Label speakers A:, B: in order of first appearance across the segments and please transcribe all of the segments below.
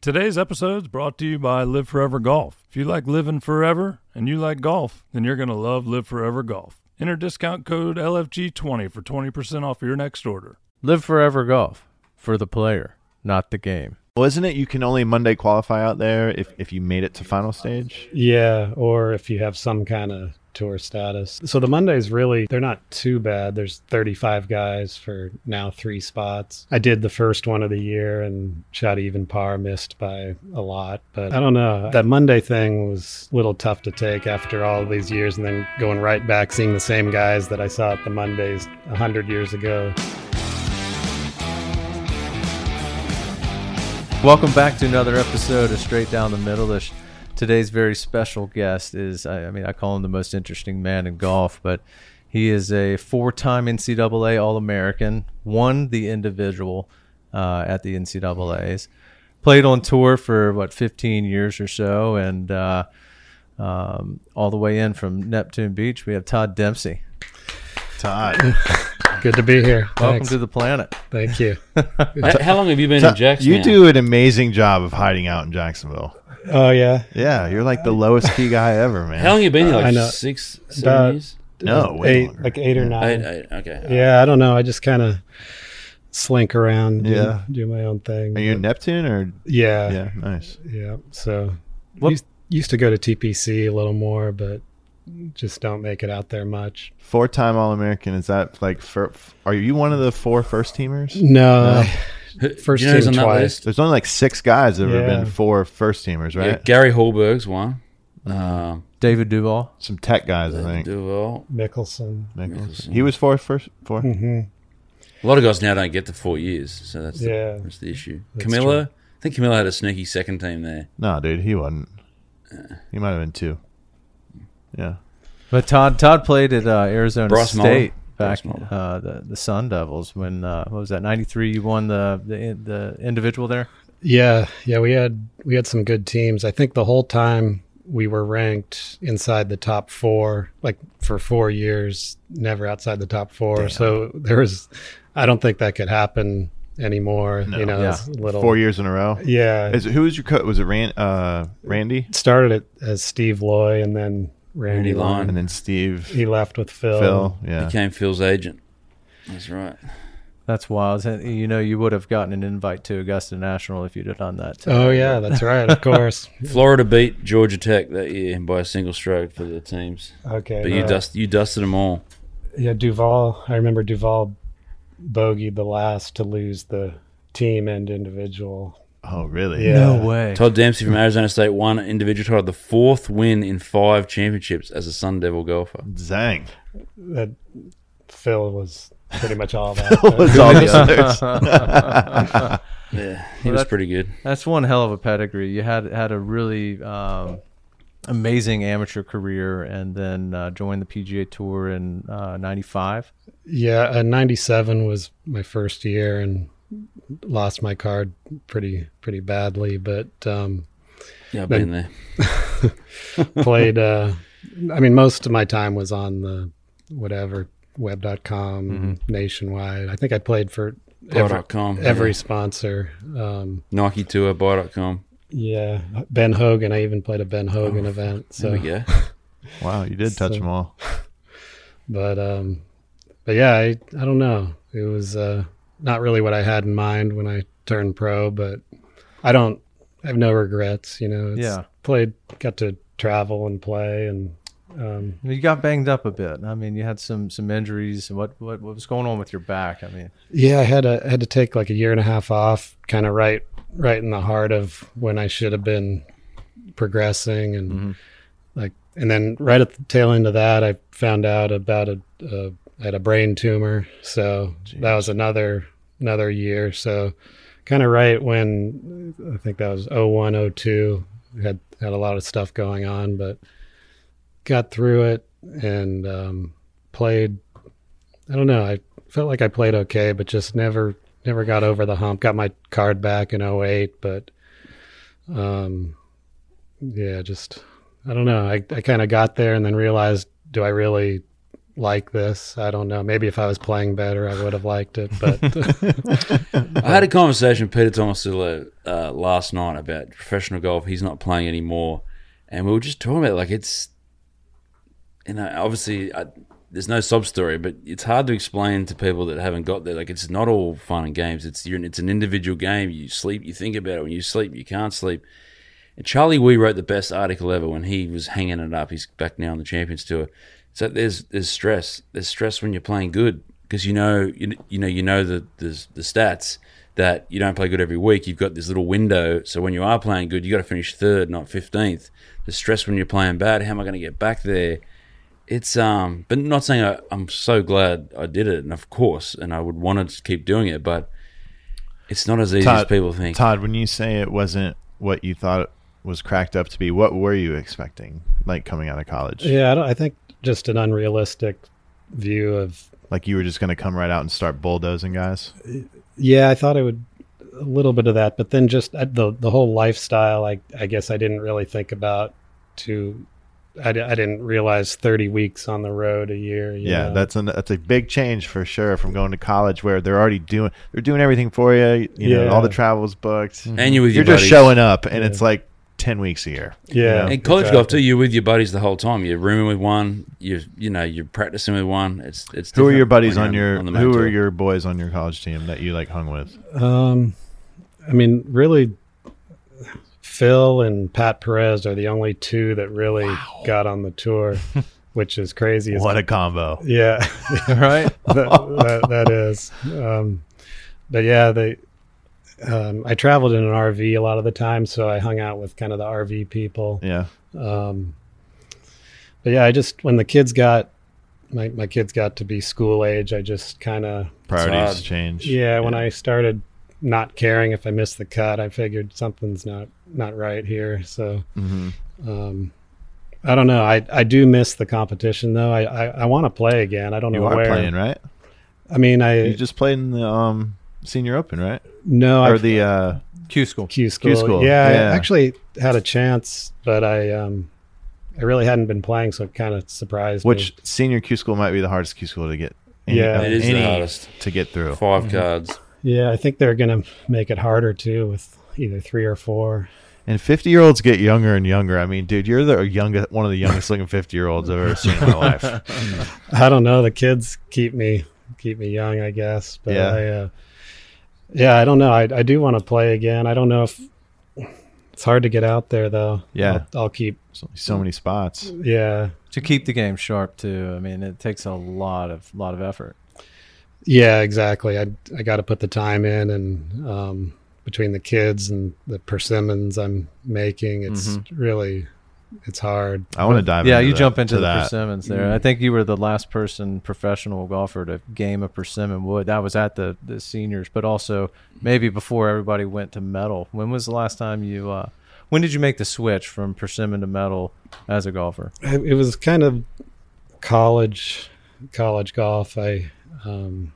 A: Today's episode is brought to you by Live Forever Golf. If you like living forever and you like golf, then you're going to love Live Forever Golf. Enter discount code LFG20 for 20% off your next order.
B: Live Forever Golf for the player, not the game.
C: Wasn't it you can only Monday qualify out there if, if you made it to final stage?
D: Yeah, or if you have some kind of tour status. So the Mondays really they're not too bad. There's 35 guys for now three spots. I did the first one of the year and shot even par, missed by a lot, but I don't know. That Monday thing was a little tough to take after all these years and then going right back seeing the same guys that I saw at the Mondays 100 years ago.
B: Welcome back to another episode of Straight Down the Middle. This- Today's very special guest is, I, I mean, I call him the most interesting man in golf, but he is a four time NCAA All American, won the individual uh, at the NCAAs, played on tour for what, 15 years or so, and uh, um, all the way in from Neptune Beach, we have Todd Dempsey.
C: Todd.
D: Good to be here.
B: Welcome
D: Thanks.
B: to the planet.
D: Thank you.
E: How, how long have you been in Jackson?
C: you
E: now?
C: do an amazing job of hiding out in Jacksonville.
D: Oh yeah.
C: Yeah, you're like the lowest key guy ever, man.
E: How long you been here?
D: I
E: Like
D: know.
E: six,
D: About-
E: seven years?
C: no, way
D: eight,
C: longer.
D: like 8 or 9.
E: I, I, okay.
D: Yeah, I don't know. I just kind of slink around.
C: Yeah.
D: and do my own thing.
C: Are you in Neptune or?
D: yeah, yeah,
C: Yeah, nice.
D: So
B: What-
D: used, used to go to TPC a little more, but just don't make it out there much.
C: Four time All American. Is that like, fir- are you one of the four first teamers?
D: No,
E: Who-
D: First
E: you know who's
D: team
E: on that
D: twice.
E: list?
C: There's only like six guys that have
D: Yeah.
C: been four first teamers, right?
E: Yeah, Gary Holberg's one. Um,
B: David Duval.
C: Some tech guys, I think.
E: Duval.
D: Mickelson.
C: Nichols. He was four first, four.
D: hmm
E: A lot of guys now don't get to four years, so that's the,
D: Yeah.
E: that's the issue.
D: That's
E: Camilla, I think Camilla had a sneaky second team there.
C: No, dude, he wasn't. He might have been two. Yeah.
B: But Todd Todd played at uh, Arizona
E: Bryce Muller.
B: State
E: Bryce
B: back
E: Muller.
B: uh, the the Sun Devils when uh, what was that ninety three? You won the, the the individual there.
D: Yeah, yeah. We had we had some good teams. I think the whole time we were ranked inside the top four, like for four years, never outside the top four. So there was, I don't think that could happen anymore. You know,
B: Yeah.
D: it's a little
C: Four years in a row.
D: Yeah,
C: Is it, who was your coach? Was it Ran, uh, Randy?
D: it started it as Steve Loy and then Randy,
E: Randy
D: Lyon. uh,
E: Lyon.
C: And then Steve,
D: He left with Phil.
C: Phil. Yeah.
E: Became Phil's agent. That's right.
B: That's wild. And, You know, you would have gotten an invite to Augusta National if you'd have done that. Too.
D: Oh yeah, that's right. Of course.
E: Florida beat Georgia Tech that year by a single stroke for the teams,
D: Okay.
E: but you
D: uh,
E: dust you dusted them all.
D: Yeah, Duval. I remember Duval bogeyed the last to lose the team and individual.
C: Oh, really?
D: Yeah.
B: no way.
E: Todd Dempsey from Arizona State won an individual title, the fourth win in five championships as a Sun Devil golfer.
C: Zang.
D: That Phil was pretty much all
C: What
D: that.
C: was all the others?
E: Yeah, he
B: Well,
E: was
B: that-
E: pretty good.
B: That's one hell of a pedigree. You had had a really um, amazing amateur career, and then uh, joined the PGA Tour in uh, ninety five.
D: yeah, uh, '97 was my first year and lost my card pretty pretty badly, but um,
E: Yeah, I've
D: Then-
E: been there.
D: played. uh, I mean, most of my time was on the whatever web.com nationwide. I think I played for every,
E: Buy.com.
D: every
E: Yeah.
D: sponsor. Um,
E: Nike Tour, buy.com.
D: Yeah, Ben Hogan. I even played a Ben Hogan event.
E: There
D: So,
E: we go.
C: wow, you did touch them all.
D: but um, but yeah, I I don't know. It was uh, not really what I had in mind when I turned pro, but I don't. I have no regrets. You know.
B: Yeah.
D: Played, got to travel and play, and um,
B: You got banged up a bit. I mean, you had some some injuries. What what what was going on with your back? I mean,
D: yeah, I had a had to take like a year and a half off, kind of right right in the heart of when I should have been progressing and. like and then right at the tail end of that i found out about a, a i had a brain tumor so that was another another year so kind of right when i think that was 01 02 had had a lot of stuff going on but got through it and um played i don't know i felt like i played okay but just never never got over the hump got my card back in 08 but um yeah just I don't know. I, I kind of got there and then realized, do I really like this. I don't know. Maybe if I was playing better, I would have liked it. But
E: I had a conversation with Peter Tomasillo uh, last night about professional golf. He's not playing anymore, and we were just talking about it, like it's, you know, obviously I, there's no sub story, but it's hard to explain to people that haven't got there. Like it's not all fun and games. It's you're, it's an individual game. You sleep, you think about it. When you sleep, you can't sleep. And Charlie Wee wrote the best article ever when he was hanging it up. He's back now on the Champions Tour. So there's there's stress. There's stress when you're playing good because you know you, you know you know the, the the stats that you don't play good every week. You've got this little window. So when you are playing good, you got to finish third, not fifteenth. The stress when you're playing bad. How am I going to get back there? It's um, but not saying I, I'm so glad I did it, and of course, and I would want to keep doing it, but it's not as easy as
C: Todd-
E: people think.
C: Todd, when you say it wasn't what you thought it was cracked up to be, what were you expecting? Like coming out of college,
D: yeah, I, don't, I think just an unrealistic view of.
C: like you were just going to come right out and start bulldozing guys.
D: Yeah, I thought it would a little bit of that, but then just uh, the the whole lifestyle. I I guess I didn't really think about to. I, di- I didn't realize thirty weeks on the road a year. you
C: Yeah,
D: know.
C: that's an that's a big change for sure from going to college where they're already doing they're doing everything for you. You know,
D: Yeah.
C: all the travel's booked.
E: and you with
C: You're
E: your
C: just
E: buddies.
C: showing up, and it's like ten weeks a year.
D: yeah.
E: And college golf
D: exactly.
E: too, you're with your buddies the whole time. You're rooming with one. You you know you're practicing with one. It's it's.
C: Who are
E: different
C: your buddies
E: when
C: on
E: you're
C: your
E: the main
C: Who
E: tour.
C: are your boys on your college team that you like hung with?
D: Um, I mean, really, Phil and Pat Perez are the only two that really got on the tour, which is crazy. as-
C: What a combo!
D: yeah,
B: right?
D: that, that, that is. Um, but yeah, they. Um, I traveled in an RV a lot of the time, so I hung out with kind of the RV people.
C: Yeah,
D: Um, but yeah, I just when the kids got my my kids got to be school age, I just kind of
C: priorities
E: Todd.
C: change.
D: yeah, when I started not caring if I missed the cut, I figured something's not not right here. So
C: Mhm.
D: um, I don't know. I, I do miss the competition though. I I, I want to play again. I don't
C: you
D: know
C: are
D: where.
C: playing right.
D: I mean, I
C: You just played in the um senior open, right?
D: no,
C: or
D: I
C: the uh
B: Q school.
D: Q school.
C: school,
D: Yeah,
C: yeah.
D: I actually had a chance, but I um I really hadn't been playing, so it kind of surprised me.
C: which senior Q school might be the hardest Q school to get.
D: Yeah.
E: It is the
C: any Mm-hmm.
E: hardest.
C: to get through.
E: Five cards.
D: yeah, I think they're gonna make it harder too with either three or four.
C: And fifty year olds get younger and younger. I mean, dude, you're the youngest, one of the youngest looking fifty year olds I've ever seen in my life.
D: I don't know. The kids keep me keep me young, I guess. But
C: Yeah.
D: I, uh, yeah, I don't know. I, I do want to play again. I don't know if it's hard to get out there though.
C: Yeah.
D: I'll, I'll keep.
C: There's only so many spots.
D: Yeah,
B: To keep the game sharp too. I mean, it takes a lot of lot of effort.
D: yeah, exactly. I I got to put the time in, and um, between the kids and the persimmons I'm making, it's really it's hard.
C: I want to dive.
B: yeah,
C: into
B: you
C: that-
B: jump into
C: to
B: the
C: that.
B: persimmons there. I think you were the last person professional golfer to game a persimmon wood. That was at the the seniors, but also maybe before everybody went to metal. When was the last time you? Uh, when did you make the switch from persimmon to metal as a golfer?
D: I- it was kind of college college golf i um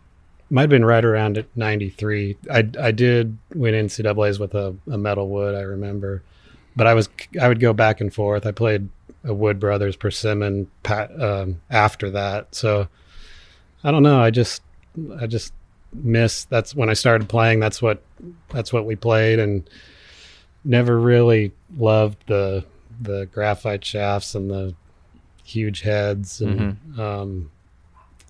D: might have been right around at 93 i i did win ncaa's with a, a metal wood i remember but i was i would go back and forth i played a wood brothers persimmon pat, um, after that so i don't know i just i just miss that's when i started playing that's what that's what we played and never really loved the the graphite shafts and the huge heads and um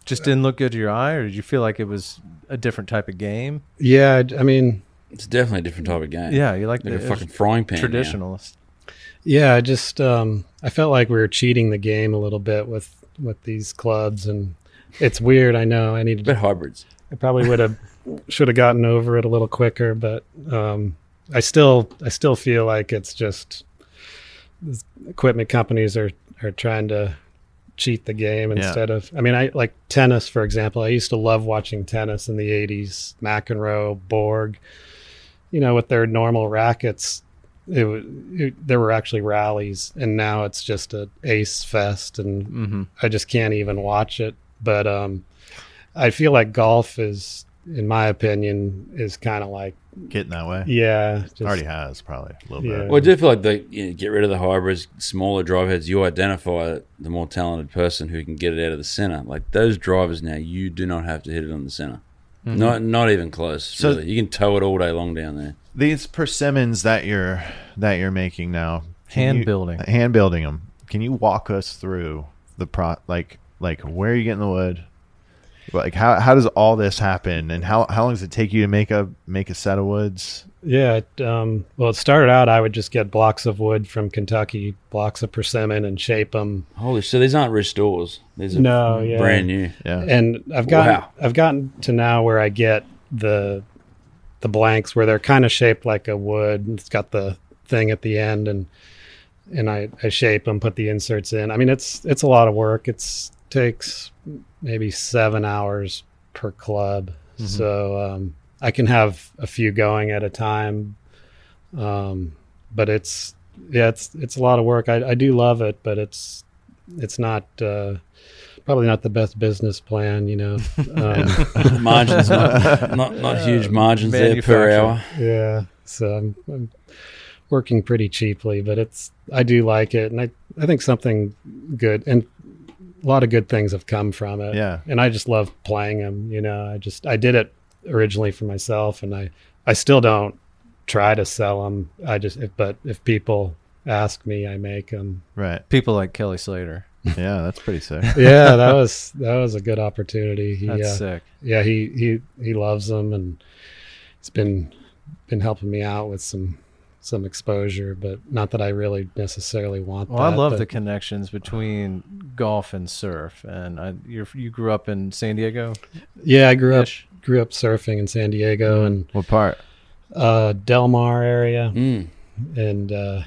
B: Just didn't look good to your eye, or did you feel like it was a different type of game?
D: yeah I, I mean
E: It's definitely a different type of game.
B: Yeah, you like,
E: like
B: the uh,
E: a fucking frying pan. now.
B: traditionalist.
D: yeah i just um i felt like we were cheating the game a little bit with with these clubs and it's weird i know i need
E: But
D: to
E: hybrids.
D: i probably would have should have gotten over it a little quicker but um i still i still feel like it's just these equipment companies are are trying to cheat the game
C: Yeah.
D: instead of i mean i like tennis for example i used to love watching tennis in the 80s mcenroe borg you know, with their normal rackets, it, wa- it there were actually rallies, and now it's just a ace fest, and
B: Mm-hmm.
D: I just can't even watch it. But um, I feel like golf is in my opinion, is kind of like
C: Getting that way.
D: yeah, just,
C: Already has probably a little
D: Yeah.
C: bit.
E: Well, I do feel like they you know, get rid of the hybrids, smaller drive heads. You identify the more talented person who can get it out of the center. Like those drivers now, you do not have to hit it on the center. Not not even close.
C: Mm-hmm. So-
E: really. you can tow it all day long down there.
C: These persimmons that you're that you're making now, can
B: Hand
C: you- Uh,
B: building.
C: hand building them. Can you walk us through the pro like like where are you getting the wood? Like how how does all this happen, and how how long does it take you to make a make a set of woods?
D: Yeah. It, um, well, it started out I would just get blocks of wood from Kentucky, blocks of persimmon, and shape them.
E: Holy so these aren't restores. These are
D: No, yeah.
E: brand new.
C: Yeah,
D: And I've gotten
E: Wow.
D: I've gotten to now where I get the the blanks where they're kind of shaped like a wood. and It's got the thing at the end, and and I I shape them, put the inserts in. I mean, it's it's a lot of work. It's takes maybe seven hours per club. So um, I can have a few going at a time. Um, but it's yeah, it's it's a lot of work. I, I do love it, but it's it's not uh, probably not the best business plan, you know. Um,
E: Margins not not, not huge margins there per
B: Manufacturing.
E: hour.
D: yeah, so I'm, I'm working pretty cheaply, but it's I do like it, and I I think something good and a lot of good things have come from it.
C: Yeah.
D: and I just love playing them. You know, I just I did it originally for myself, and I I still don't try to sell them. I just if, but if people ask me, I make them.
C: right.
B: People like Kelly Slater.
C: Yeah, that's pretty sick.
D: Yeah, that was that was a good opportunity. He,
B: That's
D: uh,
B: sick.
D: yeah he he he loves them and he's been been helping me out with some some exposure but not that i really necessarily want
B: Well,
D: that
B: I love the
D: but
B: connections between golf and surf. And I, you're, you grew up in San Diego.
D: yeah i grew up
B: Ish.
D: grew up surfing in san
B: Mm-hmm.
D: diego and
C: What part?
D: uh del mar area
E: Mm.
D: and uh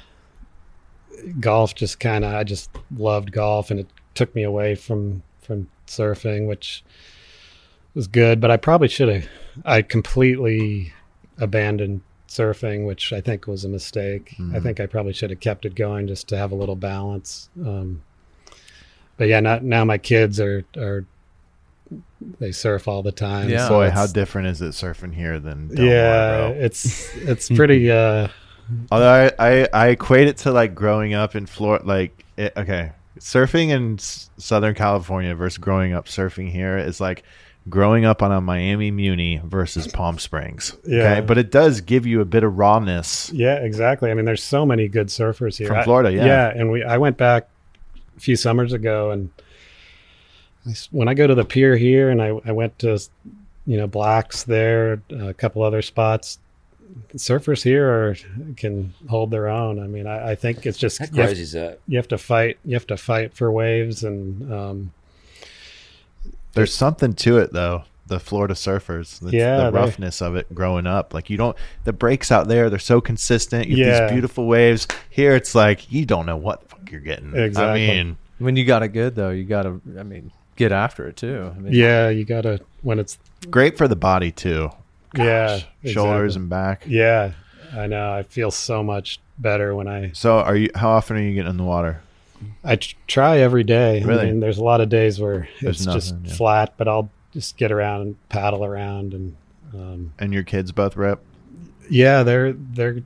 D: golf just kind of i just loved golf and it took me away from from surfing which was good but i probably should have i completely abandoned surfing which i think was a mistake i think i probably should have kept it going just to have a little balance um but yeah not, now my kids are are they surf all the time
B: Yeah.
D: so
C: Boy,
D: it's-
C: how different is it surfing here than Del Mar,
D: yeah
C: bro?
D: it's it's pretty uh
C: Although I, I, I equate it to like growing up in Florida, like it, okay, surfing in S- Southern California versus growing up surfing here is like growing up on a Miami Muni versus Palm Springs.
D: Yeah.
C: but it does give you a bit of rawness.
D: Yeah, exactly. I mean, there's so many good surfers here
C: From
D: I-
C: Florida, yeah.
D: yeah. And we, I went back a few summers ago, and I s when I go to the pier here, and I, I went to, you know, Blacks there, a couple other spots. Surfers here are, can hold their own. I mean, I, I think it's just
E: How
D: you have-
E: crazy is that?
D: you have to fight. You have to fight for waves, and um,
C: There's something to it though. The Florida surfers, the,
D: Yeah,
C: the
D: they-
C: roughness of it growing up. Like you don't, the breaks out there, they're so consistent. You have
D: Yeah.
C: these beautiful waves. Here, it's like you don't know what the fuck you're getting.
D: Exactly.
C: I mean,
B: When you got it good, though, you got to, I mean, get after it too. I mean,
D: yeah, you gotta when it's
C: great for the body too.
D: yeah
C: Shoulders
D: exactly.
C: and back.
D: yeah. I know. I feel so much better when I
C: So are you? How often are you getting in the water?
D: I tr- try every day.
C: Really?
D: I mean, there's a lot of days where
C: There's
D: it's just
C: nothing, yeah.
D: flat, but I'll just get around and paddle around and um,
C: And your kids both rep.
D: yeah, they're they're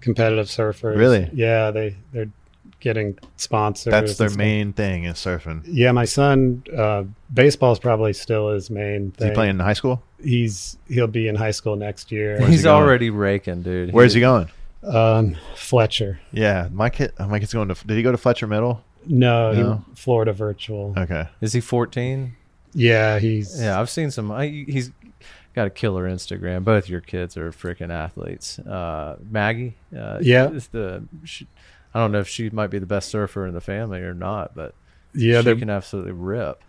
D: competitive surfers.
C: Really?
D: Yeah, they they're getting sponsors.
C: That's
D: and
C: their
D: stuff.
C: main thing is surfing.
D: Yeah, my son, uh, baseball's probably still his main
C: Is he
D: thing.
C: playing in high school?
D: He's he'll be in high school next year.
C: Where's he
B: he's
C: going?
B: already raking, dude.
C: Where's he going?
D: Um, Fletcher,
C: Yeah, my kid. oh, My kid's going to. Did he go to Fletcher Middle?
D: no,
C: No.
D: He, Florida Virtual.
C: Okay.
B: Is he 14?
D: Yeah, he's
B: Yeah, I've seen some. I, he's got a killer Instagram. Both your kids are freaking athletes. Uh, Maggie, uh,
D: Yeah.
B: is the she, I don't know if she might be the best surfer in the family or not, but
D: yeah,
B: she
D: they're
B: can absolutely rip.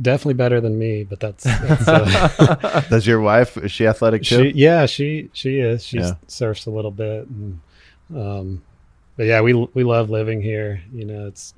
D: definitely better than me. But that's, that's uh,
C: Does your wife? Is she athletic too?
D: She, yeah, she she is. She
C: Yeah.
D: surfs a little bit, and, um, but yeah, we we love living here. You know, it's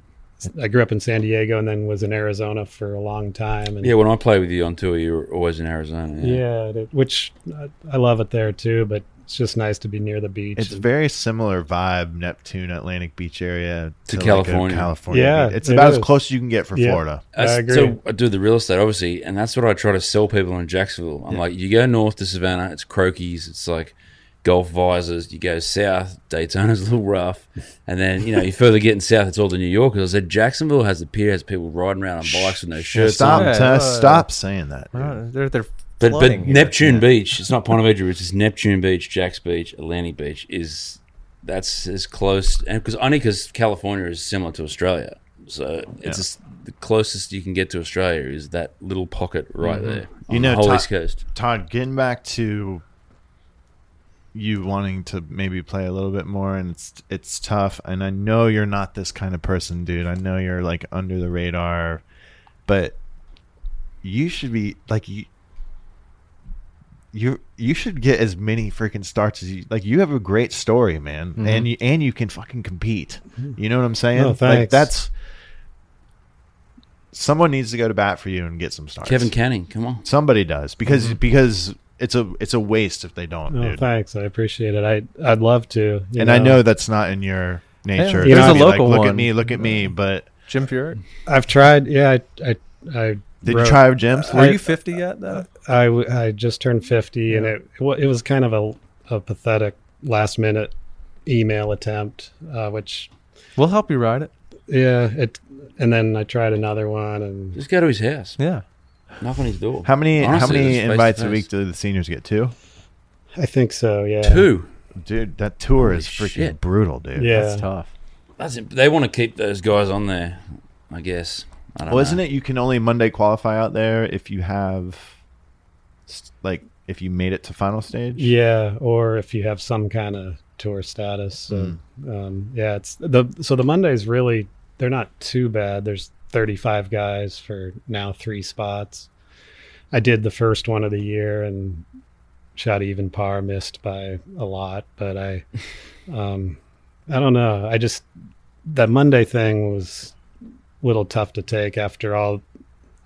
D: I grew up in San Diego and then was in Arizona for a long time. And
E: Yeah, when I play with you on tour, you're always in Arizona.
D: yeah, it- which I, I love it there too. But It's just nice to be near the beach.
C: It's
D: and-
C: very similar vibe, Neptune, Atlantic Beach area
E: To
C: like, a
E: California.
C: California.
D: Yeah,
C: beach. it's
D: it
C: about as
D: is.
C: close as you can get for
D: Yeah.
C: Florida.
D: I
E: That's-
D: agree.
E: So I do the real estate, obviously, and that's what I try to sell people in Jacksonville. I'm like, you go north to Savannah, it's croquis, it's like golf visors. You go south, Daytona's a little rough, and then you know you further getting south, it's all the New Yorkers. I said Jacksonville has the pier, has people riding around on bikes with no shirts.
C: stop,
E: on.
B: Yeah,
C: Tess,
B: uh,
C: stop saying that. dude.
B: Uh, they're they're
E: But but
B: flooding here.
E: Neptune Beach, it's not Ponte Vedra, it's just Neptune Beach, Jacks Beach, Atlantic Beach is that's as close, and because only because California is similar to Australia, so it's just the closest you can get to Australia is that little pocket right there.
C: You
E: on
C: know,
E: the whole
C: Ty-
E: East Coast.
C: Todd, getting back to you wanting to maybe play a little bit more, and it's it's tough. And I know you're not this kind of person, dude. I know you're like under the radar, but you should be like you. You you should get as many freaking starts as you like. You have a great story, man, and you and you can fucking compete. You know what I'm saying?
D: Mm-hmm. No,
C: like
D: thanks.
C: that's someone needs to go to bat for you and get some starts.
E: Kevin Canning, come on.
C: Somebody does because
D: Mm-hmm.
C: because it's a it's a waste if they don't,
D: Oh,
C: dude.
D: thanks. I appreciate it. I I'd love to. you
C: and I know that's not in your nature.
B: Yeah,
D: there's
C: to
D: a
C: be
B: local
C: Look at
B: one.
C: me, look at me. But
B: Jim Furyk.
D: I've tried. Yeah, I I I
C: did
D: wrote-
C: you try with gems?
B: Were
D: I-
B: you 50 yet? Though?
D: I, w- I just turned 50 and it it wa- it was kind of a, a pathetic last minute email attempt uh, which
B: We'll help you ride it.
D: yeah it and then I tried another one and
E: Just go to his house,
B: Yeah.
E: knock on his door.
C: how many how
E: Honestly, it's
C: many
E: face to
C: invites a
E: face.
C: week do the seniors get? Two,
D: I think so yeah
E: Two.
C: dude. That tour is freaking
E: shit.
C: brutal, dude.
D: yeah
B: That's tough.
E: That's it. They want to keep those guys on there, I guess. I don't
C: Well, isn't
E: know.
C: it? You can only Monday qualify out there if you have, s- like, if you made it to final stage.
D: yeah or if you have some kind of tour status so, um, yeah it's the so the Mondays really they're not too bad there's 35 guys for now three spots I did the first one of the year and shot even par missed by a lot but i um i don't know i just that monday thing was a little tough to take after all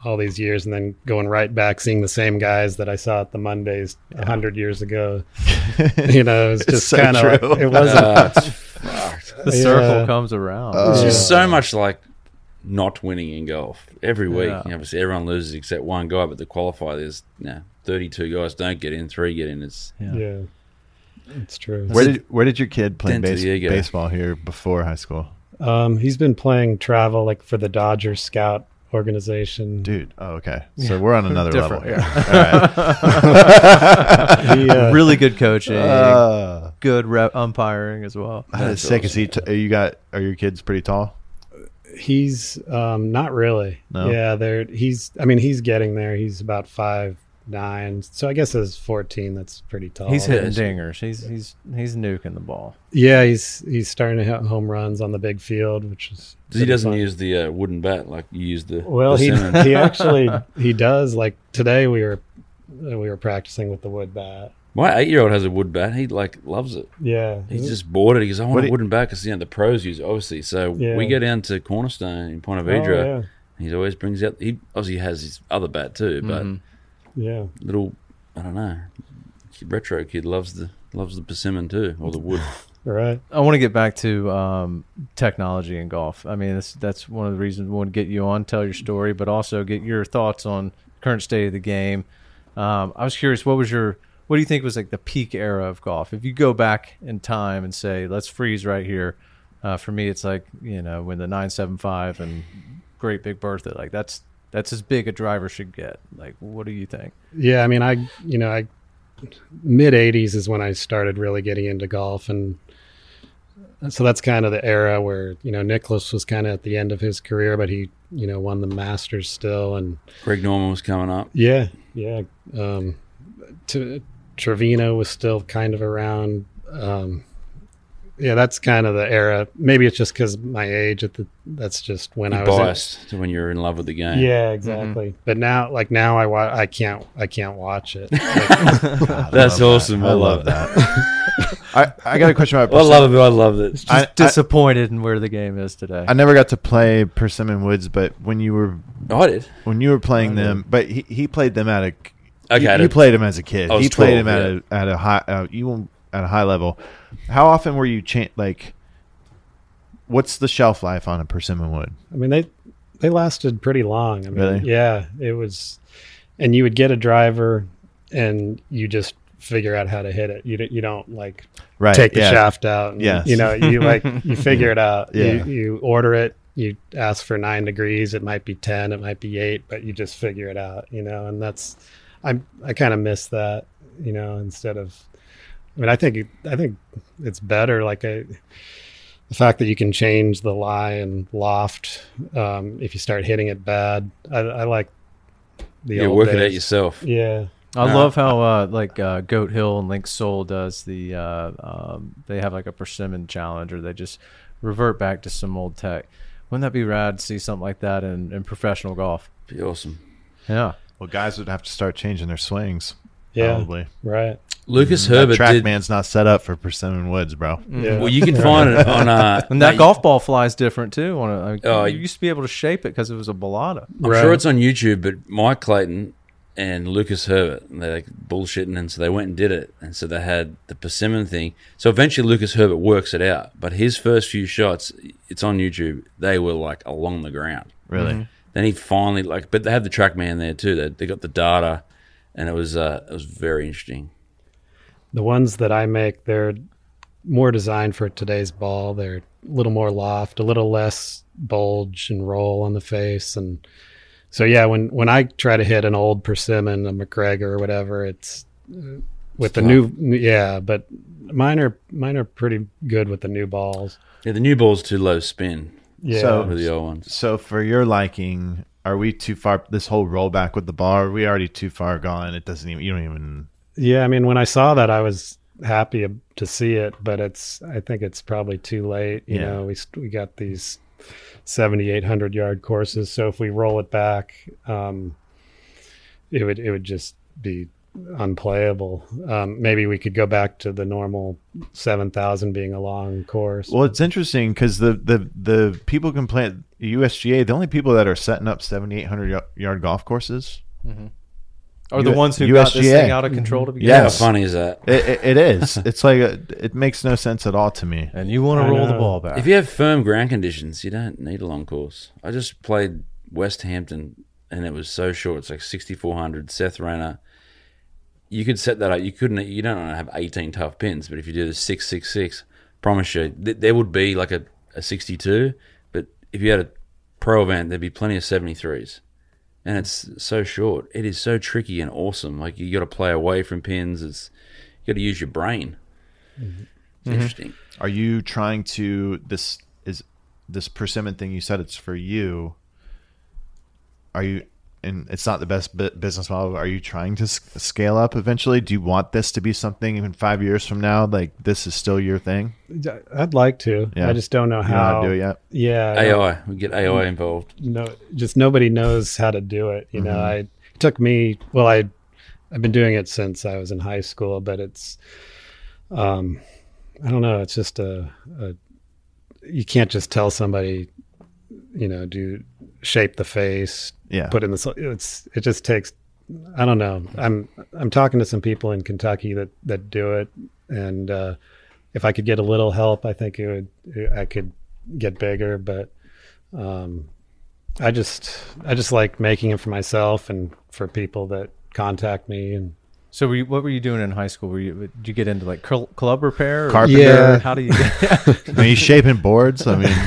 D: all these years and then going right back seeing the same guys that i saw at the mondays a 100 years ago you know it's
C: It's
D: just
C: so
D: kind of
C: true.
D: it wasn't
E: Uh, it's fucked.
B: The
D: Yeah.
B: circle comes around.
E: It's
C: Uh,
E: just so much like not winning in golf every week.
B: Yeah.
E: You know, obviously, everyone loses except one guy, but the qualifier there's you know, 32 guys don't get in, three get in. It's
B: yeah.
D: yeah it's true
C: Where did where did your kid play
E: Dent to
C: base,
E: the ego.
C: baseball here before high school,
D: um he's been playing travel like for the dodgers scout organization
C: dude? Oh, okay. So we're on another level.
B: Different.
C: Here.
B: Yeah.
D: He, uh,
B: really good coaching.
C: Uh,
B: good re- umpiring as well.
C: That is sick. Is he? T- are you got? Are your kids pretty tall?
D: He's um not really.
C: No?
D: Yeah, they're he's I mean he's getting there. He's about five nine. So I guess as fourteen that's pretty tall.
B: He's hitting
E: is.
B: dingers. He's he's he's nuking the ball.
D: Yeah, he's he's starting to hit home runs on the big field, which is
E: he
D: pretty
E: doesn't
D: fun.
E: use the uh, wooden bat like you use the
D: Well
E: the
D: he
E: Simmons.
D: he actually he does. Like today we were we were practicing with the wood bat.
E: My eight year old has a wood bat. He like loves it.
D: Yeah.
E: He's just bored it. He goes, I want
C: What
E: a
C: do-
E: wooden bat because you know the pros use it, obviously. So
D: Yeah.
E: we go down to Cornerstone in Ponte
D: Oh,
E: Vedra. He always brings out. He obviously has his other bat too, but
C: Mm-hmm.
D: yeah.
E: little I don't know. Retro kid loves the loves the persimmon too, or the wood.
D: Yeah. Right.
B: I want to get back to um, technology in golf. I mean, that's that's one of the reasons we want to get you on, tell your story, but also get your thoughts on current state of the game. Um, I was curious, what was your, what do you think was like the peak era of golf? If you go back in time and say, let's freeze right here. Uh, for me, it's like you know when the nine seven five and Great Big Bertha, like that's that's as big a driver should get. Like, what do you think?
D: Yeah, I mean, I you know, I mid '80s is when I started really getting into golf, and uh, so that's kind of the era where you know Nicholas was kind of at the end of his career, but he you know won the Masters still, and
E: Greg Norman was coming up.
D: yeah, yeah. Um, to, Trevino was still kind of around. Um, yeah, that's kind of the era. Maybe it's just because my age. At the that's just when I
E: You're
D: was in-
E: biased to when you're in love with the game.
D: Yeah, exactly. But now, like now, I wa- I can't I can't watch it. Like,
C: I
E: That's
C: love
E: awesome.
C: that.
E: I
C: I
E: love
C: love that. I, I got a question about
E: I love
C: persimmon.
E: it. I love it.
B: Just
C: I-
B: disappointed in where the game is today.
C: I never got to play Persimmon Woods, but when you were
E: I did.
C: when you were playing them, but he, he played them at a
E: Okay, I
C: he, he
E: did.
C: played him as a kid.
E: I was
C: He played
E: 12,
C: him at a at a high. Uh, you won't at a high level, how often were you cha- like? What's the shelf life on a persimmon wood?
D: I mean, they they lasted pretty long. I mean,
C: Really?
D: yeah, it was, and you would get a driver, and you just figure out how to hit it. You don't, you don't like
C: Right.
D: take the
C: yeah.
D: shaft out. And,
C: Yes.
D: You know, you like you figure it out.
C: Yeah.
D: You, you order it. You ask for nine degrees. It might be ten. It might be eight. But you just figure it out. You know, and that's I'm I kind of miss that. You know, instead of I mean, I think it- I think it's better. Like I, the fact that you can change the lie and loft um, if you start hitting it bad. I, I like the
E: You're
D: old
E: working it
D: days.
E: out yourself.
D: Yeah.
B: I
E: Uh,
B: love how uh, like uh, Goat Hill and Link Soul does the uh, um, they have like a persimmon challenge or they just revert back to some old tech. Wouldn't that be rad to see something like that in, in professional golf?
E: Be awesome.
B: Yeah.
C: Well, guys would have to start changing their swings.
D: Yeah.
C: Probably.
D: Right.
E: Lucas
C: That
E: Herbert did.
C: TrackMan's not set up for persimmon woods, bro.
D: Yeah.
E: Well, you can find it on uh,
B: And that
E: no,
B: golf ball flies different too. On a, like,
C: Uh,
E: Oh,
B: you
E: you-
B: used to be able to shape it because it was a balata.
E: I'm
D: Right.
E: sure it's on YouTube, but Mike Clayton and Lucas Herbert, and they're like bullshitting, and so they went and did it, and so they had the persimmon thing. So eventually, Lucas Herbert works it out, but his first few shots, it's on YouTube. They were like along the ground.
C: Really.
E: Then he finally like, but they had the track man there too. They, they got the data, and it was uh, it was very interesting.
D: the ones that I make, they're more designed for today's ball. They're a little more loft, a little less bulge and roll on the face, and so yeah. When when I try to hit an old persimmon, a McGregor or whatever, it's uh, with the new yeah. But mine are mine are pretty good with the new balls.
E: Yeah, the new ball's too low spin
D: Yeah,
C: So-
E: with the old ones.
C: So for your liking, are we too far? This whole rollback with the bar, are we already too far gone? It doesn't even. You don't even.
D: yeah. I mean, when I saw that, I was happy to see it, but it's I think it's probably too late. You
C: Yeah.
D: know, we st- we got these 7800 yard courses so if we roll it back um it would it would just be unplayable um maybe we could go back to the normal 7000 being a long course
C: Well, it's interesting because the the the people complain USGA. The only people that are setting up seventy eight hundred yard golf courses.
B: Or the
C: U-
B: ones who got this
C: USGA.
B: thing out of control to begin
C: Mm-hmm. Yeah.
E: How
C: Yes.
E: funny is that?
C: It, it, it is. it's like a, it makes no sense at all to me.
B: with. And you want to
D: I
B: roll the
D: know.
B: ball back.
E: If you have firm ground conditions, you don't need a long course. I just played West Hampton and it was so short. It's like 6,400, Seth Rayner. You could set that up. You couldn't, you don't wanna have 18 tough pins, but if you do the 666, promise you, th- there would be like a, a 62. But if you had a pro event, there'd be plenty of 73s. And it's so short. It is so tricky and awesome. Like you got to play away from pins. It's, you got to use your brain. It's interesting.
C: Are you trying to this is this persimmon thing? You said it's for you. Are you? And it's not the best bu- business model. Are you trying to s- scale up eventually? Do you want this to be something even five years from now? Like this is still your thing?
D: i'd like to
C: Yeah.
D: i just don't know
C: You don't know how
D: how
C: to do it yet.
D: yeah I don't-
E: AI. We get AI involved.
D: no just nobody knows how to do it you know i it took me well i i've been doing it since i was in high school but it's um i don't know it's just a, a you can't just tell somebody you know do shape the face
C: Yeah.
D: put in the it's it just takes i don't know i'm i'm talking to some people in kentucky that that do it and uh if i could get a little help i think it would i could get bigger but um i just i just like making it for myself and for people that contact me and
B: So were you, what were you doing in high school? Were you did you get into like cl- club repair? Or
C: Carpenter.
D: Yeah.
B: How do you?
C: I mean, you shaping boards. I mean,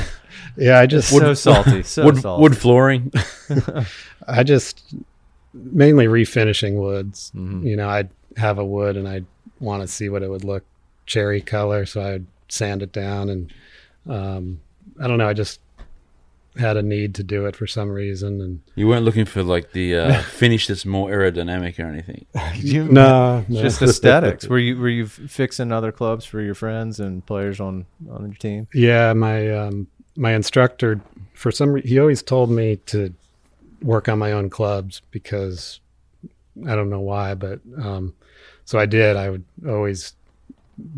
D: yeah i just
B: so salty. So
E: wood,
B: salty.
E: wood flooring.
D: I just mainly refinishing woods. You know, I'd have a wood and I'd want to see what it would look cherry color, so I'd sand it down and um, I don't know. I just had a need to do it for some reason, and
E: you weren't looking for like the uh, finish that's more aerodynamic or anything.
C: could you,
D: no,
B: It's just aesthetics. Were you were you f- fixing other clubs for your friends and players on on your team?
D: Yeah, my um, my instructor, for some re- he always told me to work on my own clubs because I don't know why, but um, so I did. I would always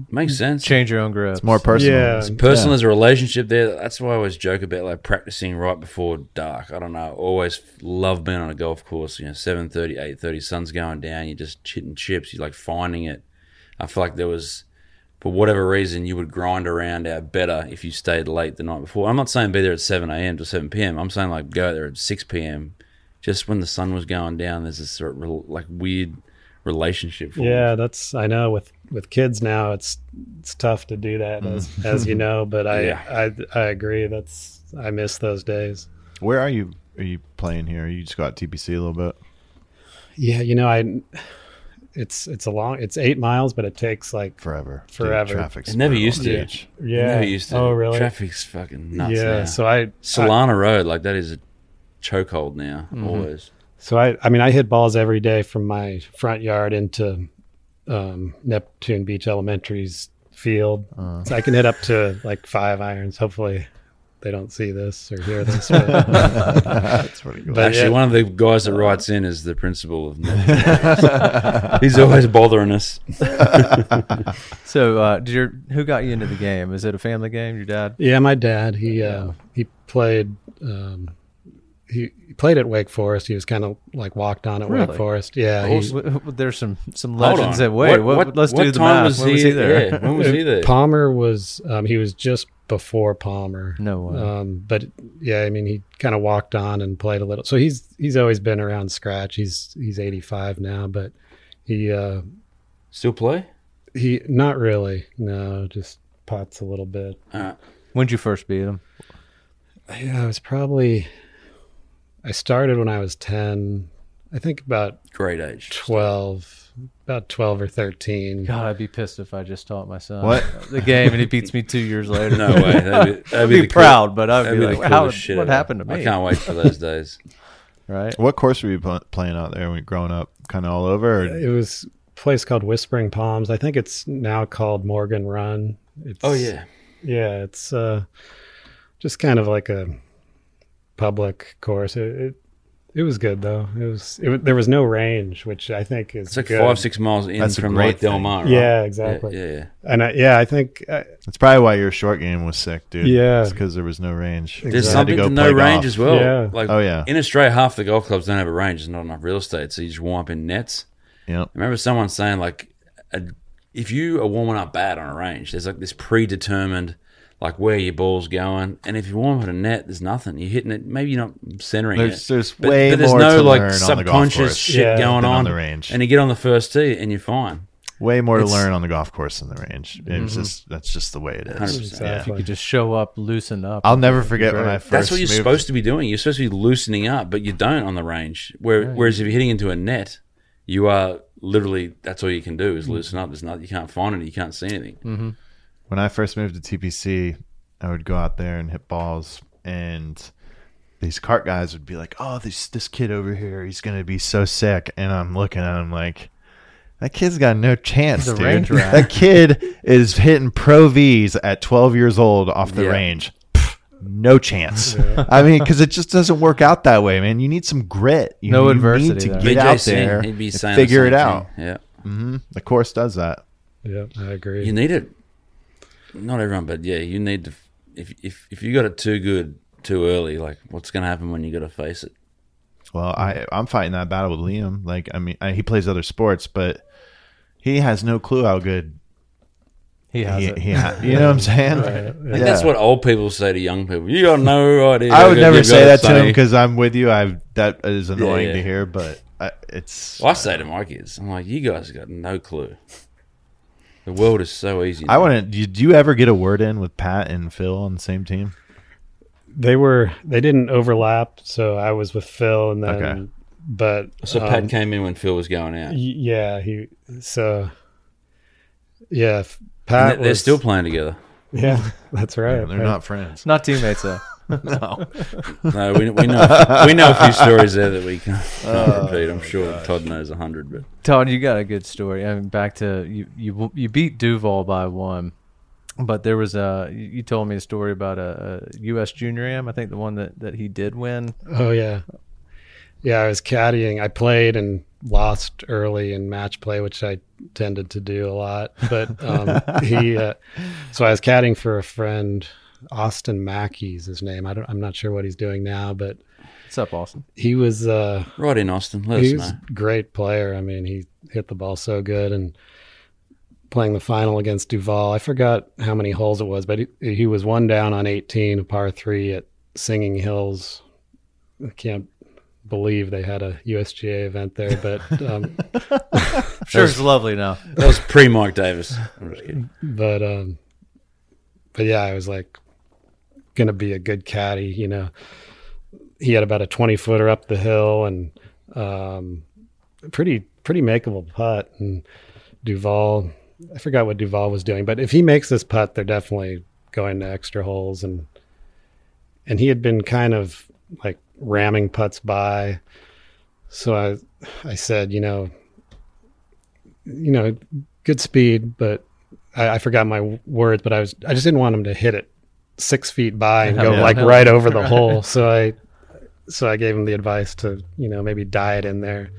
E: Makes sense.
B: Change your own grips.
C: It's more personal.
D: yeah,
E: Personal, there's a relationship there. That's why I always joke about like practicing right before dark. I don't know. I always love being on a golf course. You know, 7.30, 8.30, sun's going down. You're just chitting chips. You're like finding it. I feel like there was for whatever reason, you would grind around out better if you stayed late the night before. I'm not saying be there at 7 a.m. to 7 p.m. I'm saying like go there at 6 p.m. Just when the sun was going down, there's this sort of rel- like weird relationship. forms.
D: Yeah, that's I know with with kids now it's it's tough to do that as, as you know, but I,
E: Yeah.
D: I I agree that's I miss those days.
C: Where are you? Are you playing here? You just got TPC a little bit.
D: Yeah, you know I it's it's a long it's 8 miles but it takes like
C: Forever. Dude,
D: Forever.
C: Traffic's
E: It never used
C: brutal.
E: to.
C: Yeah.
E: It
D: yeah.
E: Never used to.
D: Oh, really?
E: Traffic's fucking nuts.
D: yeah,
E: now.
D: so I
E: Solana Road, like that is a chokehold now.
B: Mm-hmm.
E: Always.
D: So I, I mean, I hit balls every day from my front yard into um, Neptune Beach Elementary's field. So I can hit up to like five irons. Hopefully, they don't see this or hear this. But,
C: That's pretty cool.
D: but
E: Actually,
D: yeah,
E: one of the guys that writes in is the principal of. Netflix. He's always bothering us.
B: So, uh, did your who got you into the game? Is it a family game? Your dad?
D: yeah, my dad he uh, he played um, he he played at Wake Forest. He was kind of like walked on at
B: Really?
D: Wake Forest. Yeah, he-
B: W- w- There's some some
E: Hold
B: legends
E: on.
B: that wait. What, let's do the math. when was he there?
E: Yeah, when was he there?
D: Palmer was um, he was just before Palmer.
B: No way.
D: Um, but yeah, I mean, he kind of walked on and played a little. So he's he's always been around scratch. He's he's 85 now, but he uh,
E: Still play?
D: he not really. No, just pots a little bit.
B: When'd you first beat him?
D: Yeah, I was probably. I started when I was 10. I think about
E: Great age.
D: 12, about 12 or 13.
B: God, I'd be pissed if I just taught my son
C: What?
B: the game and he beats me two years later.
E: No way. That'd be,
B: I'd
E: that'd
B: be,
E: the cool-
B: proud, but I'd
E: that'd
B: be
E: be the
B: like, how,
E: coolest shit
B: what
E: ever.
B: happened to me?
E: I can't wait for those days.
B: Right?
C: What course were you pl- playing out there when growing up? Kind of all over. Or
D: It was a place called Whispering Palms. I think it's now called Morgan Run. It's,
E: Oh yeah.
D: Yeah, it's uh, just kind of like a public course. It, it it was good though. It was it, wa- there was no range, which I think is
E: It's like
D: good.
E: five, six miles in
C: That's a
E: from
C: great
E: Lake Del
C: thing.
E: Mar. right?
D: Yeah,
E: Yeah,
D: exactly.
E: Yeah, yeah.
D: And I, yeah, I think uh,
C: That's probably why your short game was sick, dude.
D: Yeah.
C: because there was no range.
E: There's
C: You had
E: something
C: go
E: to no
C: play golf.
E: range as well.
D: Yeah.
E: Like
C: Oh, yeah.
E: In Australia, half the golf clubs don't have a range. There's not enough real estate, so you just warm up in nets.
C: Yep.
E: I remember someone saying like, a, if you are warming up bad on a range, there's like this predetermined like where your ball's going, and if you warm up in a net, there's nothing. You're hitting it. Maybe you're not centering
C: There's-
E: it.
C: there's way more to learn on the golf course
E: shit
D: Yeah.
E: going
C: than
E: on.
C: on the range.
E: and you get on the first tee and you're fine.
C: Way more to
E: It's- Mm-hmm.
C: learn on the golf course than the range. It's just that's just the way it is.
E: 100%.
C: Yeah.
D: Exactly.
B: You just show up, loosen up.
C: I'll never forget when I first.
E: That's what you're
C: moved-
E: supposed to be doing. You're supposed to be loosening up, but you don't on the range. Where, Whereas if you're hitting into a net, you are literally that's all you can do
C: Mm.
E: is loosen up. There's not you can't find it. You can't see anything.
C: when I first moved to TPC, I would go out there and hit balls, and these cart guys would be like, "Oh, this this kid over here, he's gonna be so sick," and I'm looking at him like. That kid's got no chance,
B: He's a
C: dude.
B: range rat.
C: That kid is hitting pro V's at 12 years old off the
E: Yeah.
C: range. Pff, no chance. I mean, because it just doesn't work out that way, man. You need some grit. You,
B: No
C: you
B: adversity
C: need to
B: there.
C: get
E: Vijay
C: out
E: Singh,
C: there
E: he'd be
C: and
E: saying the
C: figure
E: same
C: it
E: thing.
C: out. Mm-hmm.
E: Yeah,
C: The course does that.
D: yeah, I agree.
E: you need it. Not everyone, but yeah, you need to. If if if you got it too good too early, like what's going to happen when you got to face it?
C: Well, I I'm fighting that battle with Liam. Like, I mean, I, he plays other sports, but he has no clue how good
B: He has
C: he,
B: it.
C: he ha- You know what I'm saying?
E: I think that's what old people say to young people. You got no idea.
C: I
E: how
C: would
E: good
C: never
E: you've
C: say
E: got it,
C: that to him
E: sonny.
C: because I'm with you. I that is annoying
E: yeah.
C: to hear, but I, it's.
E: Well, I say to my kids, I'm like, you guys got no clue. The world is so easy.
C: I want to. Do you ever get a word in with Pat and Phil on the same team?
D: They were they didn't overlap, so I was with Phil, and then
C: Okay.
D: but
E: So
D: um,
E: Pat came in when Phil was going out.
D: y- yeah, he so yeah, f-
E: And they-
D: Pat
E: they're
D: was-
E: still playing together.
D: yeah, that's right.
C: They're
D: I-
C: not friends.
B: It's not teammates though.
E: No, we, we know we know a few stories there that we can can't
D: Oh
E: repeat. I'm sure Todd knows a hundred, but
B: Todd, you got a good story. I mean, back to you. You you beat Duval by one, but there was a. You you told me a story about a, a U.S. Junior Am. I think the one that that he did win.
D: Oh yeah, yeah. I was caddying. I played and lost early in match play, which I tended to do a lot. But um, he, uh, so I was caddying for a friend, Austin Mackey's his name. I don't. I'm not sure what he's doing now, but
B: What's up, Austin?
D: he was. Uh,
E: right in Austin, let us
D: he was
E: know.
D: a great player. I mean, he hit the ball so good and playing the final against Duval. I forgot how many holes it was, but he, he was one down on 18, a par three at Singing Hills. I can't believe they had a USGA event there, but um,
B: Sure, it's lovely now.
E: That was pre Mike Davis. I'm just kidding.
D: but um, but yeah, I was like gonna be a good caddy, you know. He had about a 20 footer up the hill and um, pretty pretty makeable putt and Duval. I forgot what Duval was doing, but if he makes this putt, they're definitely going to extra holes and and he had been kind of like ramming putts by. So I I said, you know, you know, good speed, but I, I forgot my w- words, but I was I just didn't want him to hit it six feet by and go
B: Yeah.
D: like right over the hole. So I so I gave him the advice to, you know, maybe die it in there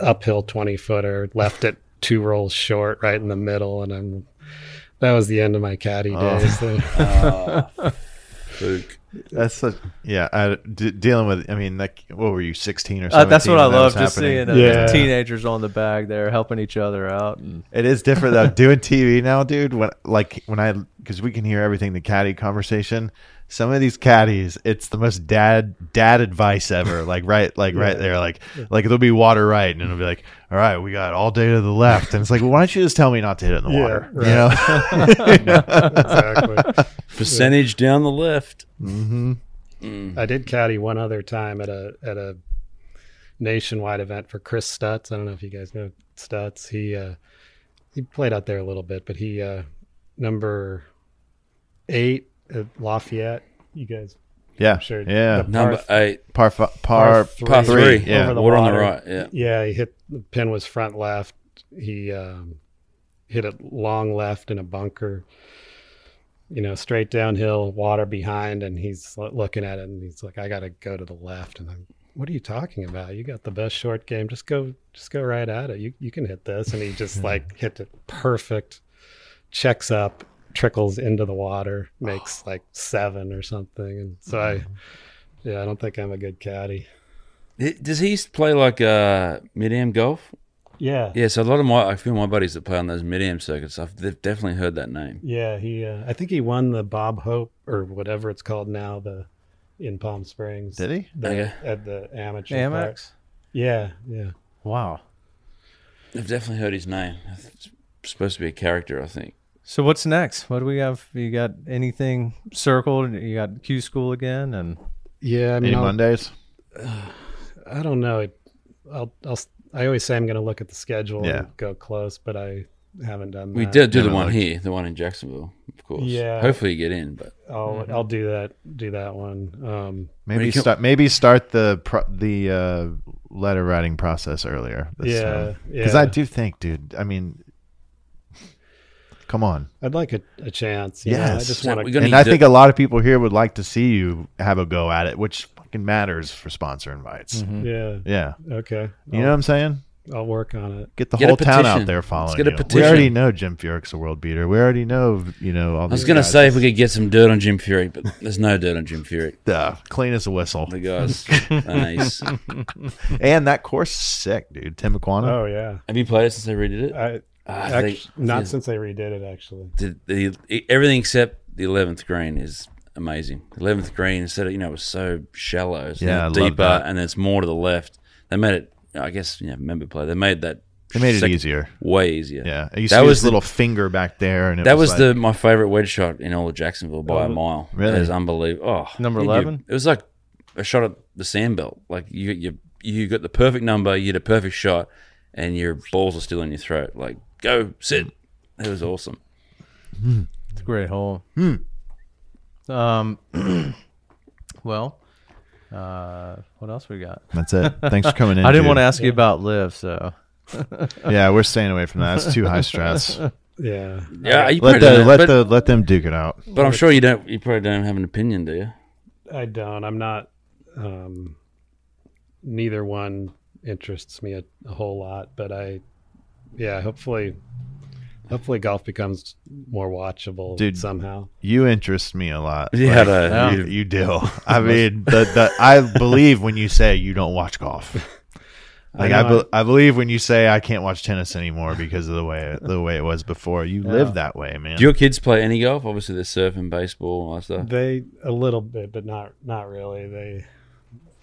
D: uphill 20 footer, left it two rolls short right in the middle. And I'm, that was the end of my caddy days.
E: Luke.
C: That's such, yeah. I, d- dealing with, I mean, like, what were you, sixteen or
B: Uh,
C: something?
B: that's what I love, just seeing uh,
D: Yeah.
B: teenagers on the bag there helping each other out. And
C: It is different though. Doing TV now, dude. When like when I because we can hear everything the caddy conversation. Some of these caddies, it's the most dad dad advice ever. Like right, like right there, like like there'll be water right, and it'll be like, all right, we got all day to the left, and it's like, well, why don't you just tell me not to hit it in the
D: Yeah,
C: water?
D: right.
C: You know,
D: exactly.
E: Percentage down the left.
C: Mm-hmm.
D: I did caddy one other time at a, at a nationwide event for Chris Stutz. I don't know if you guys know Stutz. He, uh, he played out there a little bit, but he, uh, number eight at Lafayette, you guys
C: yeah,
D: Sure.
C: yeah.
D: The-
E: Number eight.
C: Par fi- par,
D: three.
E: Par three.
C: Three, yeah.
D: Over the
E: Water on the
D: water.
E: right. Yeah.
D: Yeah, he hit the pin was front left. He um, hit it long left in a bunker. You know, straight downhill, water behind, and he's lo- looking at it, and he's like, "I got to go to the left." And I'm, "What are you talking about? You got the best short game. Just go, just go right at it. You you can hit this." And he just like hit it perfect, checks up, trickles into the water, makes like seven or something. And so I, yeah, I don't think I'm a good caddy.
E: It- Does he play like uh, mid am golf?
D: Yeah,
E: Yeah, so a lot of my, I feel my buddies that play on those mid am circuits, I've, they've definitely heard that name.
D: Yeah, he. Uh, I think he won the Bob Hope or whatever it's called now, the in Palm Springs.
C: Did he?
D: The,
E: Okay.
D: At the amateur. part.
B: Amex?
D: Yeah, yeah.
C: Wow.
E: I've definitely heard his name. It's supposed to be a character, I think.
B: So what's next? What do we have? You got anything circled? You got Q school again, and
D: Yeah, I
C: Any
D: mean, I'll-
C: Mondays?
D: I don't know. I'll, I'll, I always say I'm going to look at the schedule
C: Yeah.
D: and go close, but I haven't done that.
E: We did do
C: never
E: the one
C: looked.
E: here, the one in Jacksonville, of course.
D: Yeah.
E: Hopefully you get in, but
D: I'll, I'll do that. Do that one. Um,
C: Maybe
E: you can-
C: start. Maybe start the pro- the uh, letter writing process earlier. This
D: Yeah,
C: time.
D: yeah.
C: Because I do think, dude. I mean, come on.
D: I'd like a, a chance. you know, I
C: Yes.
D: just
E: So
D: want
E: we
D: to.
E: got- Gonna
C: and I
E: use it.
C: think a lot of people here would like to see you have a go at it, which fucking matters for sponsor invites.
E: Mm-hmm.
D: Yeah.
C: Yeah,
D: Okay.
C: you know what I'm saying?
D: I'll work on it.
C: Get the
E: Oh. Get a
C: whole town
E: petition.
C: out there
E: Let's
C: following
E: get a
C: you.
E: petition.
C: We already know Jim Furyk's a world beater. We already know, you know, all
E: I was
C: these
E: going to
C: guys.
E: say if we could get some dirt on Jim Fury, but there's no dirt on Jim Fury.
C: Duh, clean as a whistle.
E: The guy's an ace.
C: and that course is sick, dude. Tim Aquino.
D: Oh yeah.
E: Have you played it since they redid it?
D: I
E: Ah,
D: act-
E: they-
D: not
E: yeah.
D: since they redid it actually.
E: the, the e, everything except the eleventh green is amazing. Eleventh green instead of you know it was so shallow, it's
C: Yeah,
E: now
C: I love
E: deeper,
C: that.
E: and it's more to the left. They made it, I guess, you know, member play. They made that.
C: they made it
E: second-
C: easier.
E: way easier.
C: Yeah, you
E: that
C: see
E: was
C: his
E: the-
C: little finger back there, and it
E: That was,
C: like, Oh,
E: the my favorite wedge shot in all of Jacksonville by a mile.
C: really?
E: it was unbelievable. Oh,
B: Number
E: you-
B: 11?
E: It was like a shot at the sandbelt. Like you, you, you got the perfect number. You had a perfect shot, and your balls are still in your throat. Like go sit. It was awesome.
B: it's a great hole.
D: Hmm.
B: Um, well, uh, what else we got?
C: That's it. Thanks for coming in.
B: I didn't
C: dude.
B: want to ask you about live, so
C: Yeah, we're staying away from that. That's too high stress.
D: Yeah.
E: Yeah, you
C: Let
E: probably
C: the
E: don't-
C: let
E: but,
C: the let them duke it out.
E: but I'm sure you don't. You probably don't have an opinion, do you?
D: I don't. I'm not. Um, neither one interests me a, a whole lot, but I, yeah, hopefully, hopefully golf becomes more watchable
C: Dude.
D: somehow.
C: You interest me a lot.
E: You
C: Like,
E: had a-
C: you, you do. I mean, the, the I believe when you say you don't watch golf. Like
D: I
C: I,
D: know,
C: be- I believe when you say I can't watch tennis anymore because of the way the way it was before, you live that way, man.
E: Do your kids play any golf? Obviously, they're surfing, baseball, all that stuff.
D: They a little bit, but not not really. They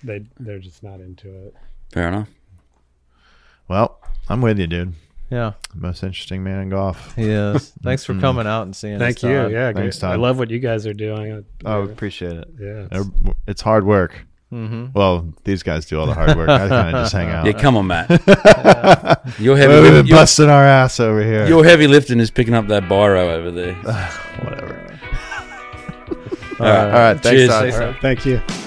D: they they're just not into it.
E: Fair enough.
C: well, I'm with you, dude.
B: Yeah.
C: Most interesting man in golf.
B: He is. Thanks for coming out and seeing us.
D: Thank you.
B: Todd.
D: Yeah,
C: Thanks,
D: great. I
C: Todd. Oh.
D: love what you guys are doing. I-
C: I appreciate it.
D: yeah, it's-
C: They're- It's hard work.
B: Mhm.
C: Well, these guys do all the hard work. I kind of just hang out.
E: Yeah, come on, Matt. You're heavy.
C: We've
E: lifting-
C: been
E: your-
C: busting our ass over here.
E: your heavy lifting is picking up that biro over there.
C: Whatever.
E: All right.
C: All right. Thanks,
E: Cheers.
C: Todd.
B: Thanks, Todd.
D: Thank you.